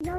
No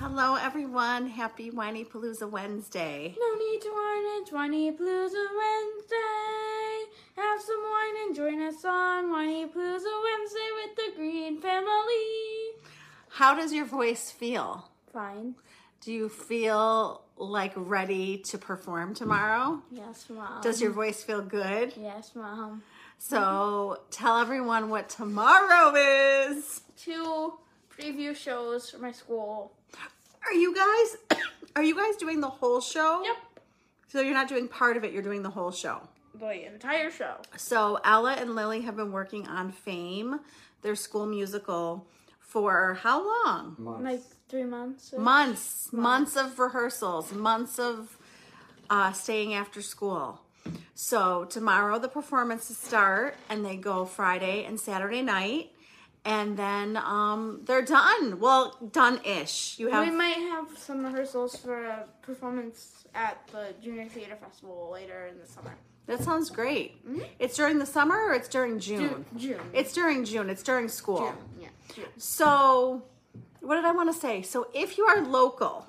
Hello, everyone. Happy Whiny Palooza Wednesday. No need to whine and whiny palooza Wednesday. Have some wine and join us on whiny palooza Wednesday with the Green family. How does your voice feel? Fine. Do you feel like ready to perform tomorrow? Yes, mom. Does your voice feel good? yes, mom. So tell everyone what tomorrow is. Two preview shows for my school. Are you guys are you guys doing the whole show? Yep. So you're not doing part of it, you're doing the whole show. The entire show. So Ella and Lily have been working on Fame, their school musical, for how long? Like three months. so- months months of rehearsals months of uh, staying after school so tomorrow the performances start and they go friday and saturday night and then um, they're done well done-ish you have We might have some rehearsals for a performance at the Junior Theater Festival later in the summer. that sounds great it's during the summer or it's during june, June. June. it's during june it's during school June. Yeah. June. So, what did I want to say? So, if you are local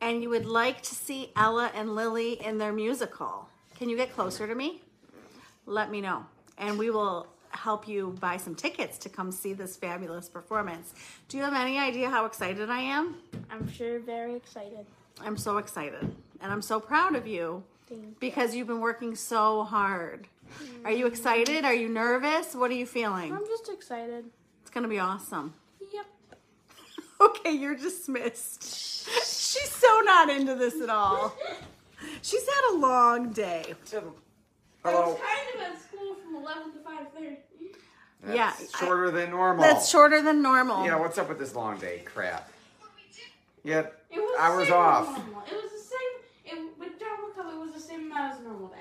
and you would like to see Ella and Lily in their musical, can you get closer to me? Let me know, and we will help you buy some tickets to come see this fabulous performance. Do you have any idea how excited I am? I'm sure very excited. I'm so excited, and I'm so proud of you because you've been working so hard. Are you excited? Are you nervous? What are you feeling? I'm just excited. It's going to be awesome. Yep. Okay, you're dismissed. She's so not into this at all. She's had a long day. Hello. kind of at school from 11 to 5.30. yeah, That's shorter than normal. That's shorter than normal. Yeah, what's up with this long day crap? Yeah, It was the hours same off. as normal. It was the same, it, with John McCullough, it was the same amount as a normal day.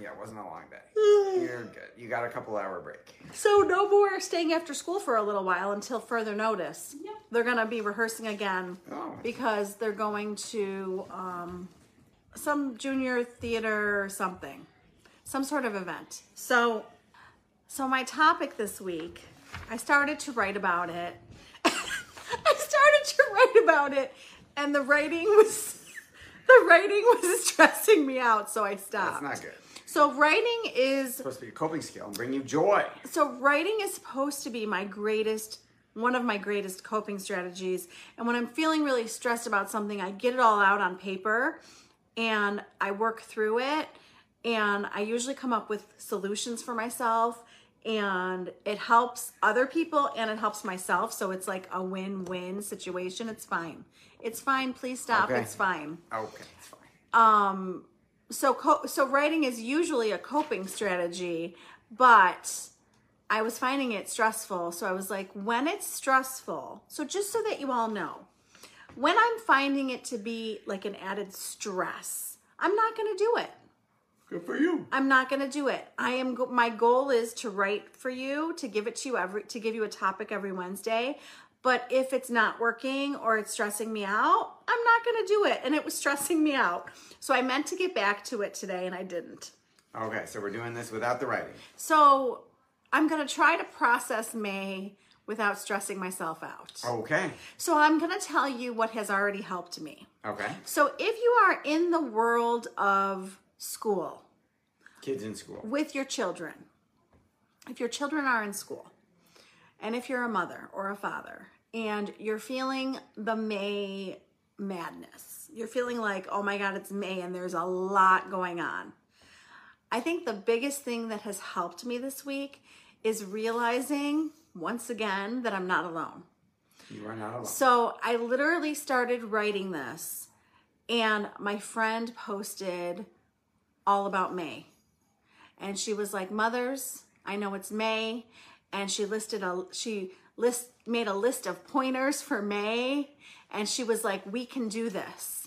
Yeah, it wasn't a long day. You're good. You got a couple hour break. So no more staying after school for a little while until further notice. Yep. They're gonna be rehearsing again Oh. because they're going to um, some junior theater or something, some sort of event. So, so my topic this week, I started to write about it. I started to write about it, and the writing was the writing was stressing me out, so I stopped. That's not good. So writing is supposed to be a coping skill and bring you joy. so writing is supposed to be my greatest one of my greatest coping strategies and when i'm feeling really stressed about something i get it all out on paper and i work through it and i usually come up with solutions for myself and it helps other people and it helps myself so it's like a win-win situation it's fine it's fine please stop Okay. it's fine Okay, it's fine. so co- so writing is usually a coping strategy but i was finding it stressful so i was like when it's stressful so just so that you all know when i'm finding it to be like an added stress i'm not going to do it Good for you. I'm not going to do it. I am go- my goal is to write for you, to give it to you every to give you a topic every Wednesday. But if it's not working or it's stressing me out, I'm not going to do it and it was stressing me out. So I meant to get back to it today and I didn't. Okay, so we're doing this without the writing. So I'm going to try to process May without stressing myself out. Okay. So I'm going to tell you what has already helped me. Okay. So if you are in the world of school Kids in school. with your children, if your children are in school, and if you're a mother or a father and you're feeling the May madness, you're feeling like, oh my God, it's May and there's a lot going on. I think the biggest thing that has helped me this week is realizing once again that I'm not alone. You are not alone. So I literally started writing this, and my friend posted all about May. And she was like, Mothers, I know it's May. And she listed a she list made a list of pointers for May. And she was like, We can do this.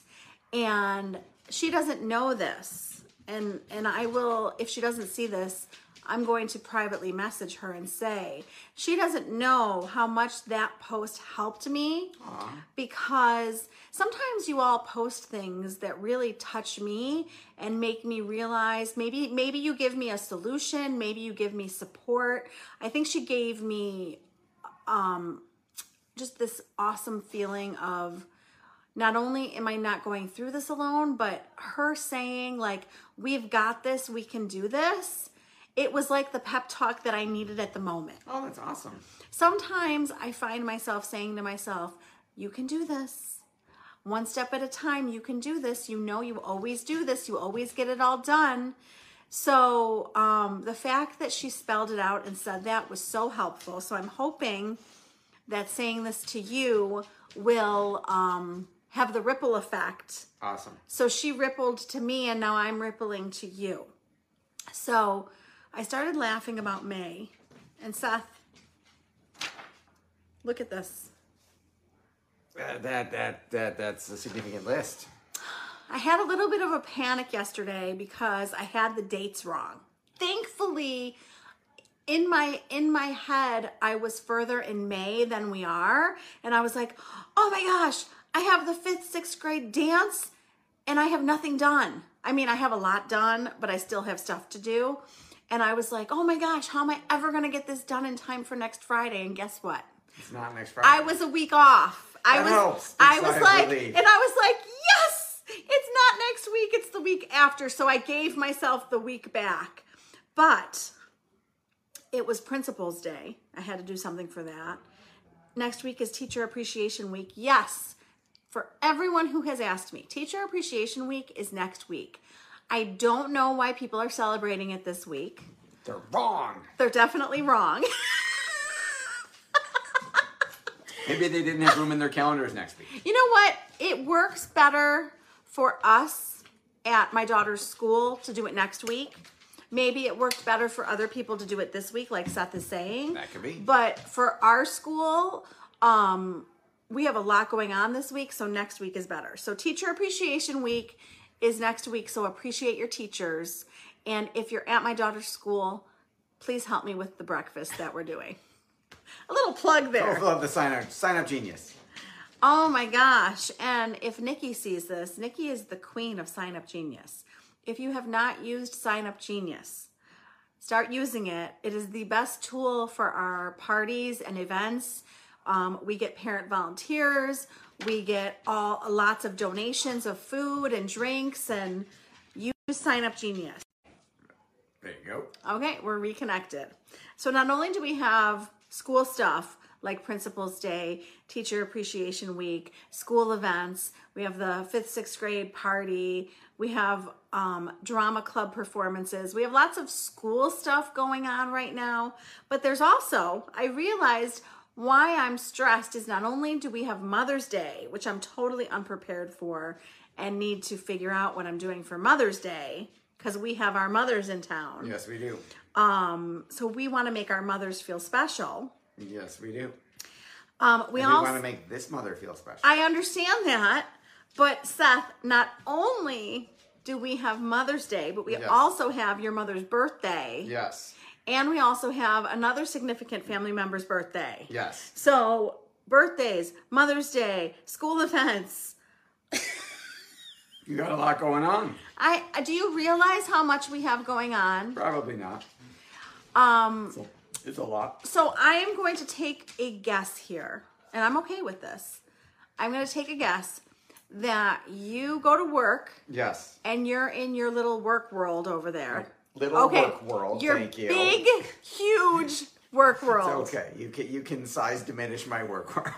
And she doesn't know this. And and I will, if she doesn't see this, I'm going to privately message her and say, she doesn't know how much that post helped me because sometimes you all post things that really touch me and make me realize maybe maybe you give me a solution, maybe you give me support. I think she gave me um, just this awesome feeling of not only am I not going through this alone, but her saying, like, we've got this, we can do this. It was like the pep talk that I needed at the moment. oh, that's awesome. Sometimes I find myself saying to myself, You can do this. One step at a time, you can do this. You know, you always do this. You always get it all done. So, um, the fact that she spelled it out and said that was so helpful. So, I'm hoping that saying this to you will um, have the ripple effect. Awesome. So she rippled to me, and now I'm rippling to you. So I started laughing about May and Seth. Look at this. That, that that that that's a significant list. I had a little bit of a panic yesterday because I had the dates wrong. Thankfully, in my in my head, I was further in May than we are, and I was like, "Oh my gosh, I have the 5th 6th grade dance and I have nothing done. I mean, I have a lot done, but I still have stuff to do." And I was like, "Oh my gosh, how am I ever going to get this done in time for next Friday?" And guess what? It's not next Friday. I was a week off. I That was helps. I It's was not like relief. and I was like, "Yes! It's not next week, it's the week after." So I gave myself the week back. But it was principal's day. I had to do something for that. Next week is teacher appreciation week. Yes. For everyone who has asked me, teacher appreciation week is next week. I don't know why people are celebrating it this week. They're wrong. They're definitely wrong. Maybe they didn't have room in their calendars next week. You know what? It works better for us at my daughter's school to do it next week. Maybe it worked better for other people to do it this week, like Seth is saying. That could be. But for our school, um, we have a lot going on this week, so next week is better. So Teacher Appreciation Week is next week, so appreciate your teachers. And if you're at my daughter's school, please help me with the breakfast that we're doing. A little plug there. Both love the sign up sign up genius. Oh my gosh. And if Nikki sees this, Nikki is the queen of Sign Up Genius. If you have not used Sign Up Genius, start using it. It is the best tool for our parties and events. Um, we get parent volunteers, we get all lots of donations of food and drinks, and use Sign Up Genius. There you go. Okay, we're reconnected. So not only do we have school stuff like Principals Day, Teacher Appreciation Week, school events, we have the fifth, sixth grade party, we have um, drama club performances, we have lots of school stuff going on right now. But there's also, I realized why I'm stressed is not only do we have Mother's Day, which I'm totally unprepared for and need to figure out what I'm doing for Mother's Day because we have our mothers in town. Yes, we do. So we want to make our mothers feel special. Yes, we do. Um, we And we want also, to make this mother feel special. I understand that, but Seth, not only do we have Mother's Day, but we Yes. also have your mother's birthday, yes. and we also have another significant family member's birthday. Yes. So birthdays, Mother's Day, school events. You got a lot going on. I I- do you realize how much we have going on? Probably not. Um, It's a lot. So I am going to take a guess here, and I'm okay with this. I'm going to take a guess that you go to work Yes. and you're in your little work world over there. Little work world. Your thank you. Big, huge work world. It's okay. You can you can size diminish my work world.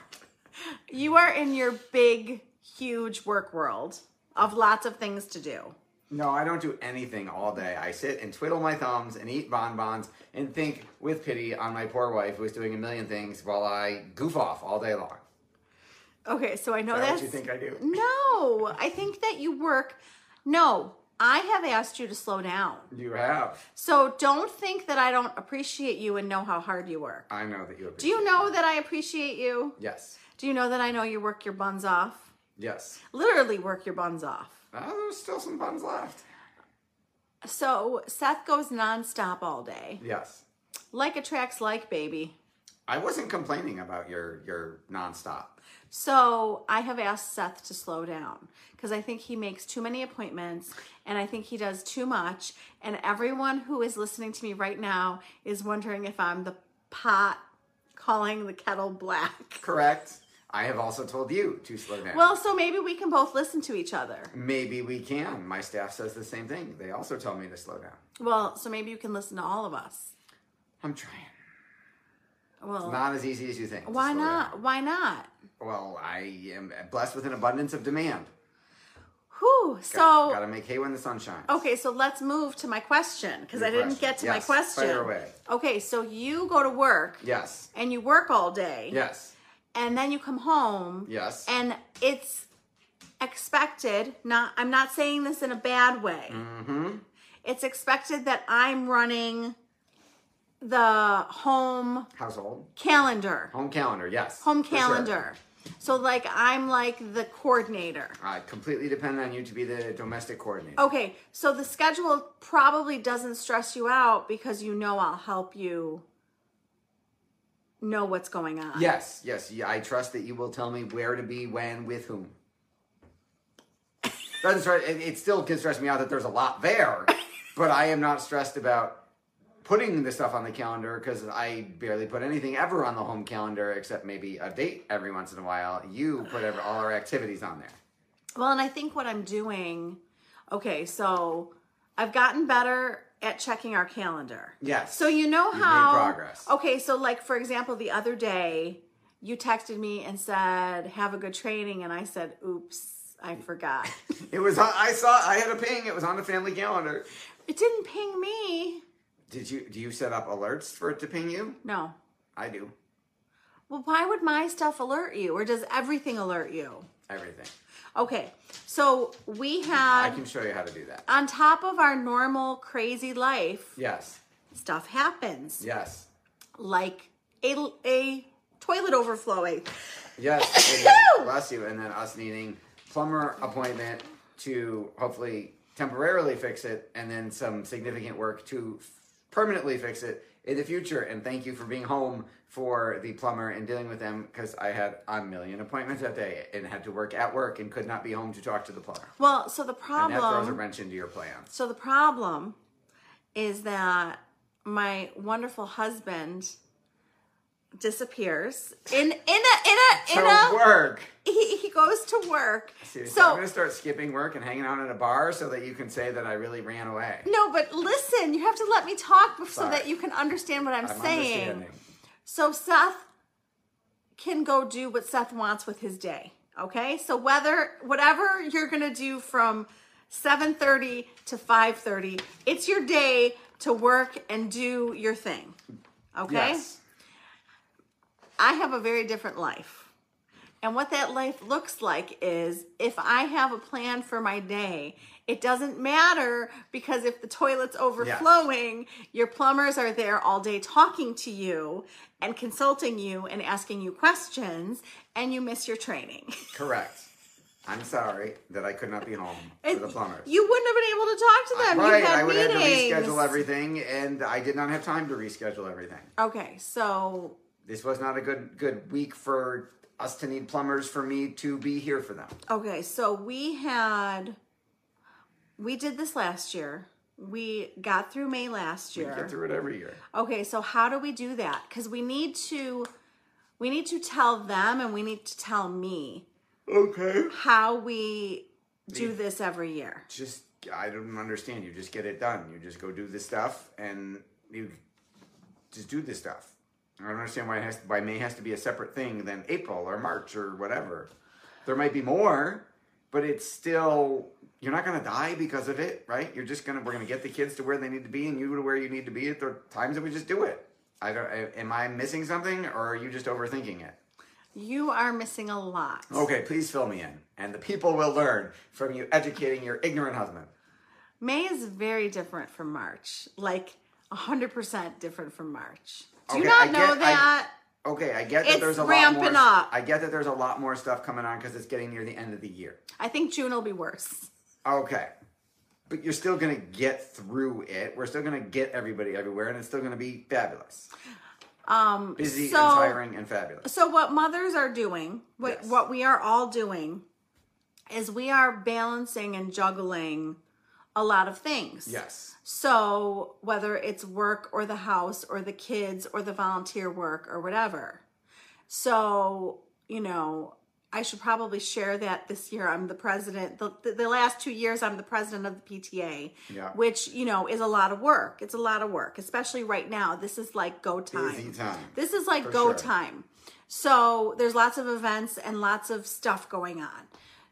You are in your big, huge work world of lots of things to do. No, I don't do anything all day. I sit and twiddle my thumbs and eat bonbons and think with pity on my poor wife who is doing a million things while I goof off all day long. Okay, so I know Oh, That's that's what you think I do. No, I think that you work. No, I have asked you to slow down. You have. So don't think that I don't appreciate you and know how hard you work. I know that you appreciate. Do you know that I appreciate you? Yes. Do you know that I know you work your buns off? Yes. Literally work your buns off. Ah, there's still some buns left. So Seth goes nonstop all day. Yes. Like attracts like, baby. I wasn't complaining about your your nonstop. So I have asked Seth to slow down because I think he makes too many appointments and I think he does too much. And everyone who is listening to me right now is wondering if I'm the pot calling the kettle black. Correct. I have also told you to slow down. Well, so maybe we can both listen to each other. maybe we can. My staff says the same thing. They also tell me to slow down. Well, so maybe you can listen to all of us. I'm trying. Well, Not as easy as you think. to why slow not? down. Why not? Well, I am blessed with an abundance of demand. Whew. So. gotta make hay when the sun shines. Okay, so let's move to my question because Your I didn't question. get to my Yes, question. fire away. Okay, so you go to work Yes. and you work all day. Yes. And then you come home. Yes. And it's expected, not I'm not saying this in a bad way. Mm-hmm. It's expected that I'm running the home Household. calendar. Home calendar. Yes. Home For sure. calendar. So like I'm like the coordinator. I completely depend on you to be the domestic coordinator. Okay, so the schedule probably doesn't stress you out because you know I'll help you know what's going on. Yes, yes. yeah, I trust that you will tell me where to be, when, with whom. Doesn't stress. It, it still can stress me out that there's a lot there, but I am not stressed about putting the stuff on the calendar because I barely put anything ever on the home calendar except maybe a date every once in a while. You put every, all our activities on there. Well, and I think what I'm doing, okay, so I've gotten better at checking our calendar. Yes. So you know You've how made progress. Okay, so like for example, the other day you texted me and said, "Have a good training," and I said, "Oops, I forgot." It was. on- I saw. I had a ping. It was on the family calendar. it didn't ping me. Did you? Do you set up alerts for it to ping you? No. I do. Well, why would my stuff alert you, or does everything alert you? Everything. Okay, so we I had can show you how to do that. on top of our normal crazy life, Yes. stuff happens Yes. like a, a toilet overflowing. Yes, and then bless you. And then us needing plumber appointment to hopefully temporarily fix it, and then some significant work to f- permanently fix it in the future. And thank you for being home for the plumber and dealing with them because I had a million appointments that day and had to work at work and could not be home to talk to the plumber. Well, so the And that throws a problem, wrench into your plans. so the problem is that my wonderful husband disappears in in a in a in So a work. he, he goes to work. Seriously, I'm So gonna start skipping work and hanging out at a bar so that you can say that I really ran away. no, but listen, you have to let me talk bef- so Sorry. that you can understand what I'm, I'm saying. understanding. So Seth can go do what Seth wants with his day. Okay? So whether whatever you're going to do from 7:30 to 5:30, it's your day to work and do your thing. Okay? Yes. I have a very different life. And what that life looks like is if I have a plan for my day, it doesn't matter because if the toilet's overflowing, your plumbers are there all day talking to you and consulting you and asking you questions, and you miss your training. Correct. I'm sorry that I could not be home for the plumbers. Uh, You wouldn't have been able to talk to them. right, you had I would meetings. have to reschedule everything, and I did not have time to reschedule everything. Okay, so This was not a good good week for us to need plumbers for me to be here for them. Okay, so we had we did this last year. We got through May last year. Get through it every year. Okay, so how do we do that? Because we need to, we need to tell them, and we need to tell me Okay. how we do this every year. Just I don't understand. You just get it done. You just go do this stuff, and you just do this stuff. I don't understand why it has why May has to be a separate thing than April or March or whatever. There might be more, but it's still you're not gonna die because of it, right? You're just gonna we're gonna get the kids to where they need to be and you to where you need to be at the times that we just do it. I don't. I- Am I missing something, or are you just overthinking it? You are missing a lot. Okay, please fill me in, and the people will learn from you educating your ignorant husband. May is very different from March, like hundred percent different from March. Do you Okay, not I know get- I- that? Okay, I get that It's there's a lot ramping more. up. I get that there's a lot more stuff coming on because it's getting near the end of the year. I think June will be worse. Okay, but you're still gonna get through it. We're still gonna get everybody everywhere, and it's still gonna be fabulous, Um, busy so, and tiring and fabulous. So what mothers are doing, what Yes. what we are all doing, is we are balancing and juggling a lot of things. Yes, So whether it's work or the house or the kids or the volunteer work or whatever. So, you know, I should probably share that this year I'm the president. The, the, the last two years I'm the president of the PTA, Yeah. which, you know, is a lot of work. It's a lot of work, especially right now. This is like go time. busy time. This is like For go sure. time. So there's lots of events and lots of stuff going on.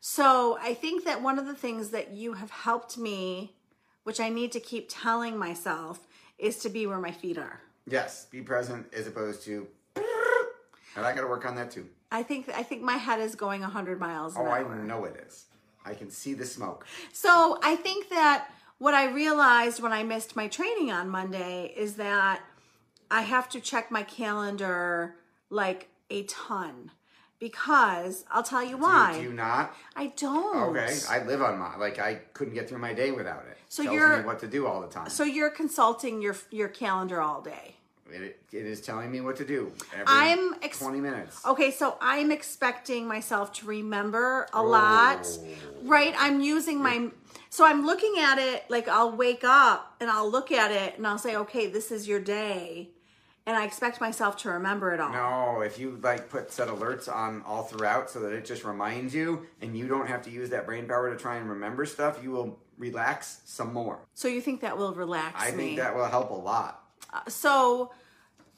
So I think that one of the things that you have helped me, which I need to keep telling myself, is to be where my feet are. yes, be present as opposed to. And I gotta work on that too. I think I think my head is going 100 miles an Oh, I hour. know it is. I can see the smoke. So I think that what I realized when I missed my training on Monday is that I have to check my calendar like a ton because I'll tell you why. Do you not? I don't. Okay, I live on my like I couldn't get through my day without it. So Tells you're- me what to do all the time. so you're consulting your your calendar all day. It, it is telling me what to do every I'm ex- 20 minutes. Okay, so I'm expecting myself to remember a Oh. lot, right? I'm using my so I'm looking at it like I'll wake up and I'll look at it and I'll say, "Okay, this is your day." And I expect myself to remember it all. No, if you like put set alerts on all throughout so that it just reminds you and you don't have to use that brain power to try and remember stuff, you will relax some more. So you think that will relax I me? think that will help a lot. so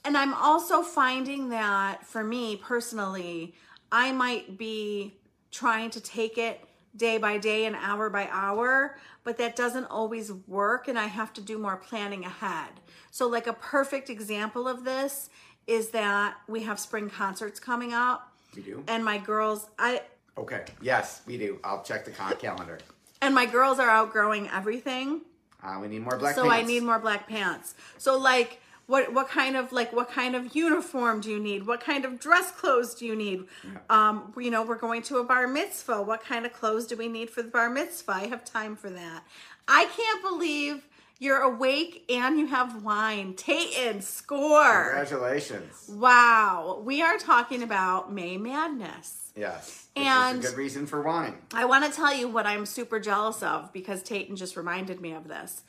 and i'm also finding that for me personally i might be trying to take it day by day and hour by hour but that doesn't always work and i have to do more planning ahead so like a perfect example of this is that we have spring concerts coming up We do? and my girls i Okay. Yes, we do. I'll check the con- calendar. and my girls are outgrowing everything Uh, we need more black so I pants. need more black pants. So like what what kind of like what kind of uniform do you need? What kind of dress clothes do you need? Um, you know, we're going to a bar mitzvah. What kind of clothes do we need for the bar mitzvah? I have time for that. I can't believe you're awake and you have wine. Tayton, score. Congratulations. Wow. We are talking about May Madness. Yes. And- Which is a good reason for wine. I want to tell you what I'm super jealous of because Tayton just reminded me of this.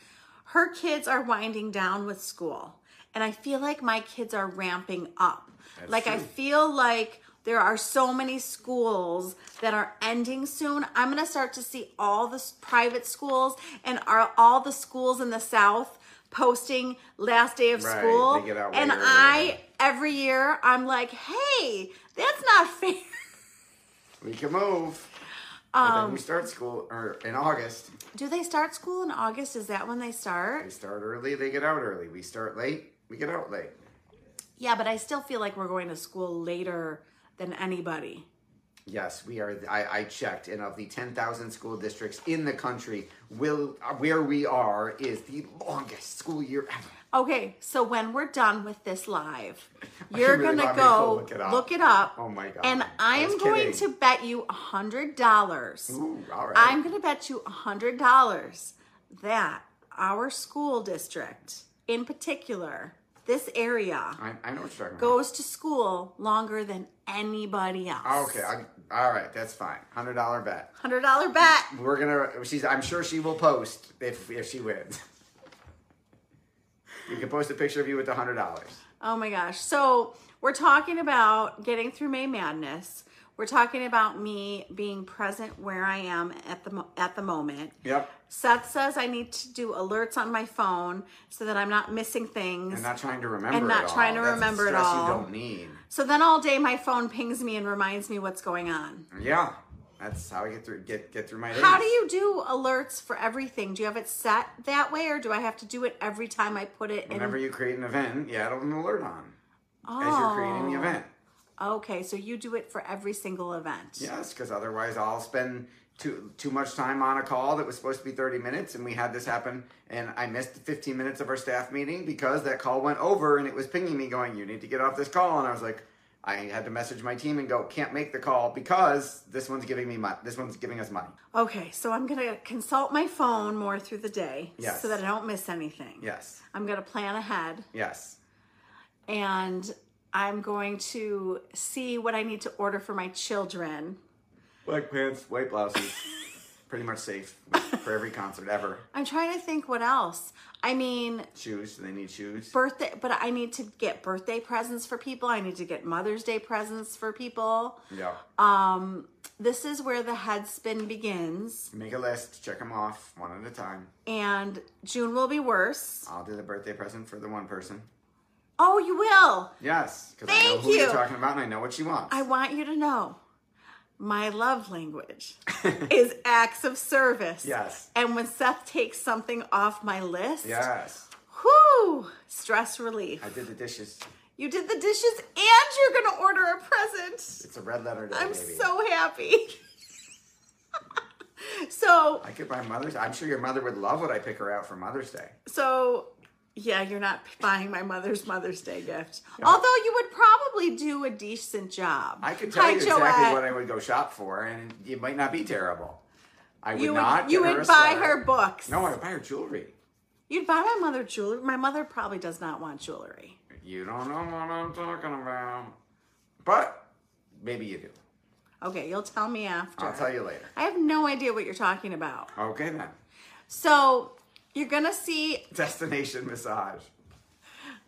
Her kids are winding down with school, and I feel like my kids are ramping up. like, I true. feel like there are so many schools that are ending soon. I'm going to start to see all the s- private schools and are all the schools in the South posting last day of Right, school. they get out way and earlier. I, every year, I'm like, hey, that's not fair. We can move. Um, we start school or in August. Do they start school in August? Is that when they We start? start early, they get out early. We start late, we get out late. Yeah, but I still feel like we're going to school later than anybody. Yes, we are. I, I checked, and of the 10,000 school districts in the country, will uh, where we are is the longest school year ever. Okay, so when we're done with this live, you're really gonna want me to go go look it up? look it up. Oh my God. And I I'm was going to kidding. bet you a hundred dollars. Ooh, all right. I'm gonna bet you a hundred dollars that our school district, in particular, this area, I, I know what you're talking goes to school longer than anybody else. about. Okay, I, all right, that's fine. Hundred dollar bet. hundred dollar bet. We're gonna. She's. I'm sure she will post if if she wins. You can post a picture of you with the hundred dollars. Oh my gosh. So we're talking about getting through May Madness. We're talking about me being present where I am at the mo- at the moment. Yep. Seth says I need to do alerts on my phone so that I'm not missing things. And not trying to remember. And not it all. trying to That's the remember it stress all. You don't need. so then all day my phone pings me and reminds me what's going on. Yeah, that's how I get through get get through my days. How do you do alerts for everything? Do you have it set that way or do I have to do it every time I put it Whenever in? you create an event, you add an alert on oh. as you're creating the event. Okay, so you do it for every single event. Yes, because otherwise I'll spend too too much time on a call that was supposed to be 30 minutes, and we had this happen, and I missed 15 minutes of our staff meeting because that call went over, and it was pinging me going, "You need to get off this call," and I was like. I had to message my team and go, can't make the call because this one's giving me money. This one's giving us money. Okay, so I'm gonna consult my phone more through the day Yes. so that I don't miss anything. Yes, I'm gonna plan ahead yes, and I'm going to see what I need to order for my children. black pants, white blouses, pretty much safe for every concert ever. I'm trying to think what else. I mean, Shoes, do they need shoes? birthday, but I need to get birthday presents for people. I need to get Mother's Day presents for people. Yeah. Um, this is where the head spin begins, Make a list, check them off one at a time. and June will be worse. I'll do the birthday present for the one person. Oh, you will. Yes, because I know Thank who you. you. are talking about and I know what she wants. I want you to know my love language is acts of service. Yes. And when Seth takes something off my list, yes, whoo, stress relief. I did the dishes. You did the dishes and you're going to order a present. It's a red letter day, I'm baby. so happy. so, I could buy Mother's. I'm sure your mother would love what I pick her out for Mother's Day. so yeah, you're not buying my mother's Mother's Day gift. Although you would probably do a decent job. I could tell Hi, you Joette. exactly what I would go shop for, and it might not be terrible. I would you not. would, you get her would a buy sweater. her books. No, I would buy her jewelry. You'd buy my mother jewelry. My mother probably does not want jewelry. You don't know what I'm talking about, but maybe you do. Okay, you'll tell me after. I'll tell you later. I have no idea what you're talking about. Okay then. So you're gonna see. Destination massage.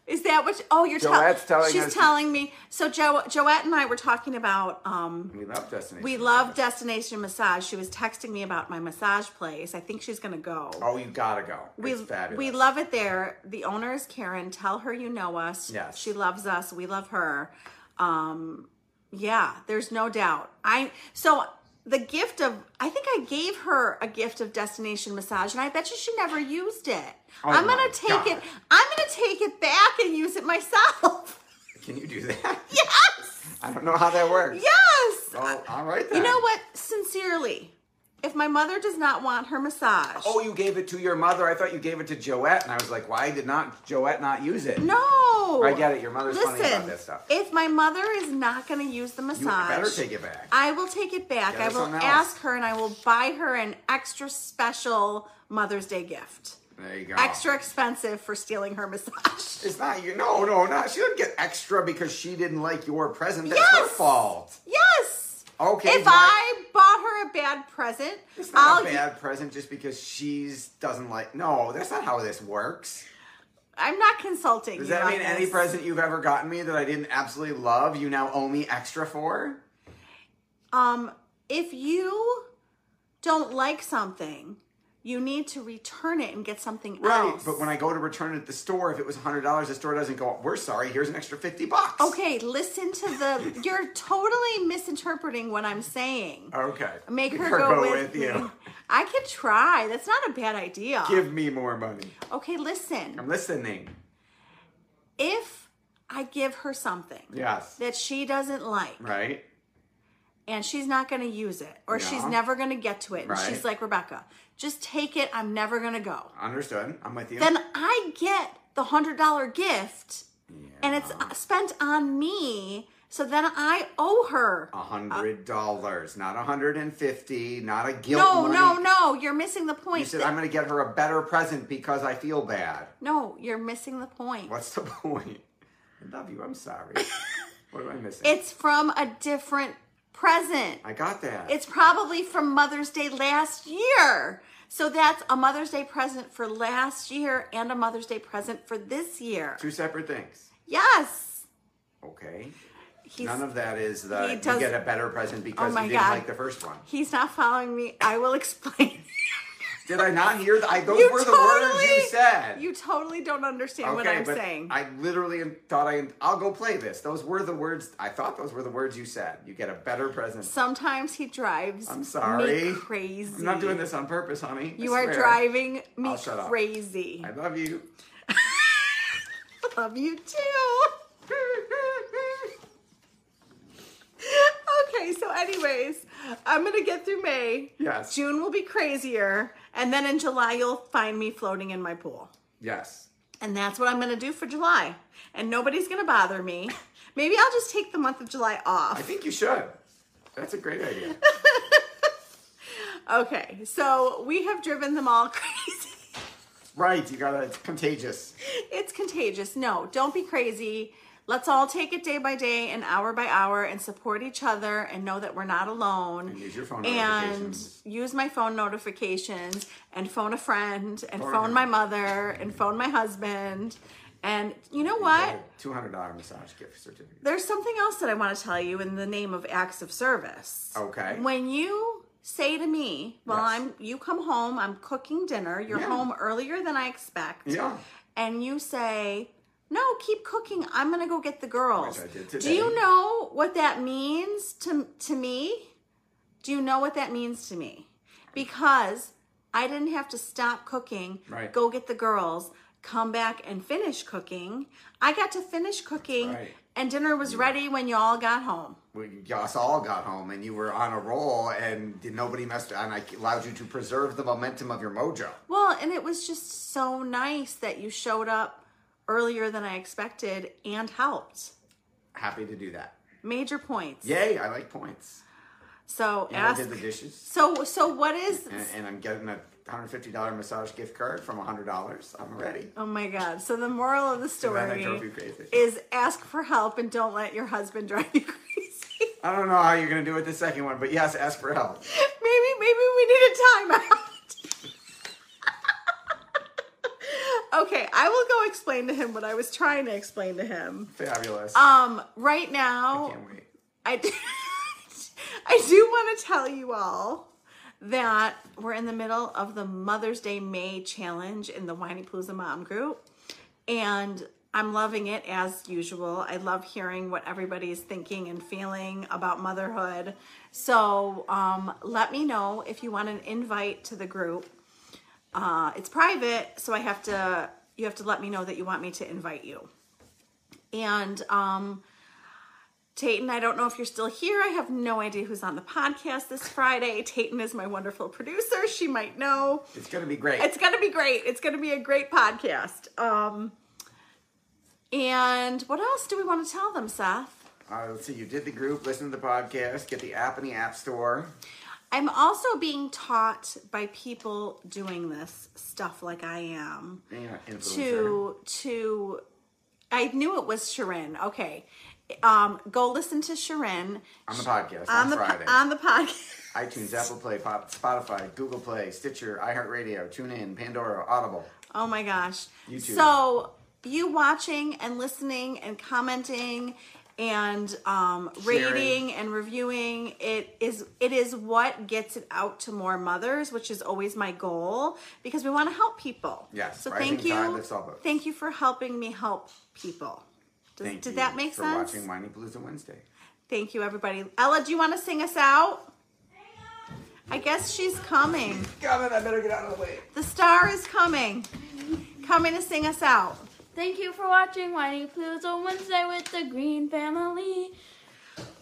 Is that what? Oh, you're telling. Joette's telling She's us- telling me. So jo- Joette and I were talking about. Um, We love destination. we love destination massage. She was texting me about my massage place. I think she's gonna go. Oh, you gotta go. we it's fabulous. we love it there. The owner is Karen. Tell her you know us. Yes. she loves us. We love her. Um, yeah, there's no doubt. I so the gift of I think I gave her a gift of destination massage, and I bet you she never used it. Oh I'm my gonna take God. it. I'm gonna take it back and use it myself. Can you do that? yes, I don't know how that works. yes. Well, all right then. You know what? Sincerely, if my mother does not want her massage, Oh, you gave it to your mother. I thought you gave it to Joette, and I was like, why did not Joette not use it? No. I get it. Your mother's funny about that stuff. If my mother is not going to use the you massage, better take it back. I will take it back. Get I her will something else. ask her and I will buy her an extra special Mother's Day gift. there you go. Extra expensive for stealing her massage. It's not you. No, no, no. She didn't get extra because she didn't like your present. That's her Yes. fault. Yes. Okay. if but I bought her a bad present, It's not I'll a bad present just because she's doesn't like. No, that's not how this works. I'm not consulting. Does you that on mean any this. present you've ever gotten me that I didn't absolutely love, you now owe me extra for? Um, if you don't like something, you need to return it and get something Right, else. but when I go to return it at the store, if it was hundred dollars, the store doesn't go. We're sorry. Here's an extra fifty bucks. Okay, listen to the. You're totally misinterpreting what I'm saying. Okay. Make her, go, with, you. I could try. That's not a bad idea. Give me more money. okay, listen. I'm listening. If I give her something Yes. that she doesn't like Right. and she's not going to use it or she's Yeah. never going to get to it, and Right. she's like, Rebecca, just take it. I'm never going to go. Understood. I'm with you. Then I get the $100 gift and it's uh, spent on me. So then I owe her. a hundred dollars, not a hundred and fifty, not a guilt. No, money. no, no. You're missing the point. You said that- I'm going to get her a better present because I feel bad. No, you're missing the point. What's the point? I love you. I'm sorry. what am I missing? It's from a different present. I got that. It's probably from Mother's Day last year. So that's a Mother's Day present for last year and a Mother's Day present for this year. Two separate things. Yes. Okay. He's, None of that is the he you does- get a better present Oh because my you didn't God. like the first one. he's not following me. I will explain. Did I not hear? Th- I those You were the words you totally- said. You totally don't understand what Okay, I'm but saying. I literally thought I. I'll go play this. Those were the words. I thought those were the words you said. You get a better present. Sometimes he drives. I'm sorry. Me crazy. I'm not doing this on purpose, honey. I You are swear. driving me I'll shut up. crazy. I love you. Love you too. okay, so anyways, I'm gonna get through May. Yes. June will be crazier, and then in July you'll find me floating in my pool. Yes. And that's what I'm gonna do for July. And nobody's gonna bother me. Maybe I'll just take the month of July I off. think you should. That's a great idea. Okay, so we have driven them all crazy. right. You gotta. It's contagious. It's contagious. No, don't be crazy. Let's all take it day by day and hour by hour and support each other and know that we're not alone. And use your phone And notifications. use my phone notifications and phone a friend and Phone phone, her. my mother and phone my husband. And you know what? Two hundred dollar massage gift certificate. There's something else that I want to tell you in the name of acts of service. Okay. When you say to me, "Well, Yes. I'm you come home, I'm cooking dinner. You're Yeah. home earlier than I expect." Yeah. And you say, "No, keep cooking. I'm going to go get the girls." Which I did Do you today. know what that means to to me? Do you know what that means to me? Because I didn't have to stop cooking, Right. go get the girls, come back and finish cooking. I got to finish cooking right. and dinner was ready when you all got home. when us all got home and you were on a roll and did- nobody messed and I allowed you to preserve the momentum of your mojo. Well, and it was just so nice that you showed up earlier than I expected and helped. Happy to do that. Major points. Yay, I like points. So And I ask. did the dishes. So so what is? And, and I'm getting a $150 massage gift card from $100. I'm ready. Oh my God! So the moral of the Then I story drove you crazy. is ask for help and don't let your husband drive you crazy. I don't know how you're going to do with the second one, but yes, ask for help. maybe maybe we need a timeout. okay, I will go explain to him what I was trying to explain to him. Fabulous. Um, right now, Can't wait. I do, I do want to tell you all that we're in the middle of the Mother's Day May challenge in the Whiny Palooza Mom group. And I'm loving it as usual. I love hearing what everybody's thinking and feeling about motherhood. So um, let me know if you want an invite to the group. Uh, it's private, so I have to you have to let me know that you want me to invite you. And um, Tayton, I don't know if you're still here. I have no idea who's on the podcast this Friday. Tayton is my wonderful producer. She might know. It's going to be great. It's gonna be great. It's gonna be a great podcast. Um, and what else do we want to tell them, Seth? Uh, let's see, you did the group, listen to the podcast, get the app in the App Store. I'm also being taught by people doing this stuff like I am. Yeah, influencer. to to I knew it was Sharon. Okay. Um, go listen to Sharon On the podcast on, on the po- Friday. on the podcast. iTunes, Apple Play, Pop, Spotify, Google Play, Stitcher, iHeartRadio, TuneIn, Pandora, Audible. Oh my gosh. YouTube. So you watching and listening and commenting and um, Sharing. rating and reviewing it is it is what gets it out to more mothers, which is always my goal because we want to help people. Yes, So rising thank you. tide lifts all boats. Thank you for helping me help people. Does, Thank did you that make for sense? watching Whiny Palooza Wednesday. Thank you, everybody. Ella, do you want to sing us out? I guess she's coming. Got it, I better get out of the way. The star is coming. Coming to sing us out. Thank you for watching Whiny Pluto Wednesday with the Green Family.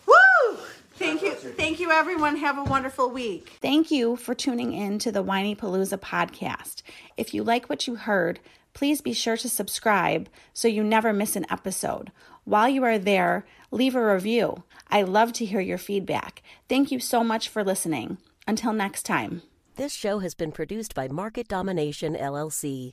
Woo! Thank you. Thank you, everyone. Have a wonderful week. Thank you for tuning in to the Whiny Palooza podcast. If you like what you heard, please be sure to subscribe so you never miss an episode. While you are there, leave a review. I love to hear your feedback. Thank you so much for listening. Until next time. This show has been produced by Market Domination LLC.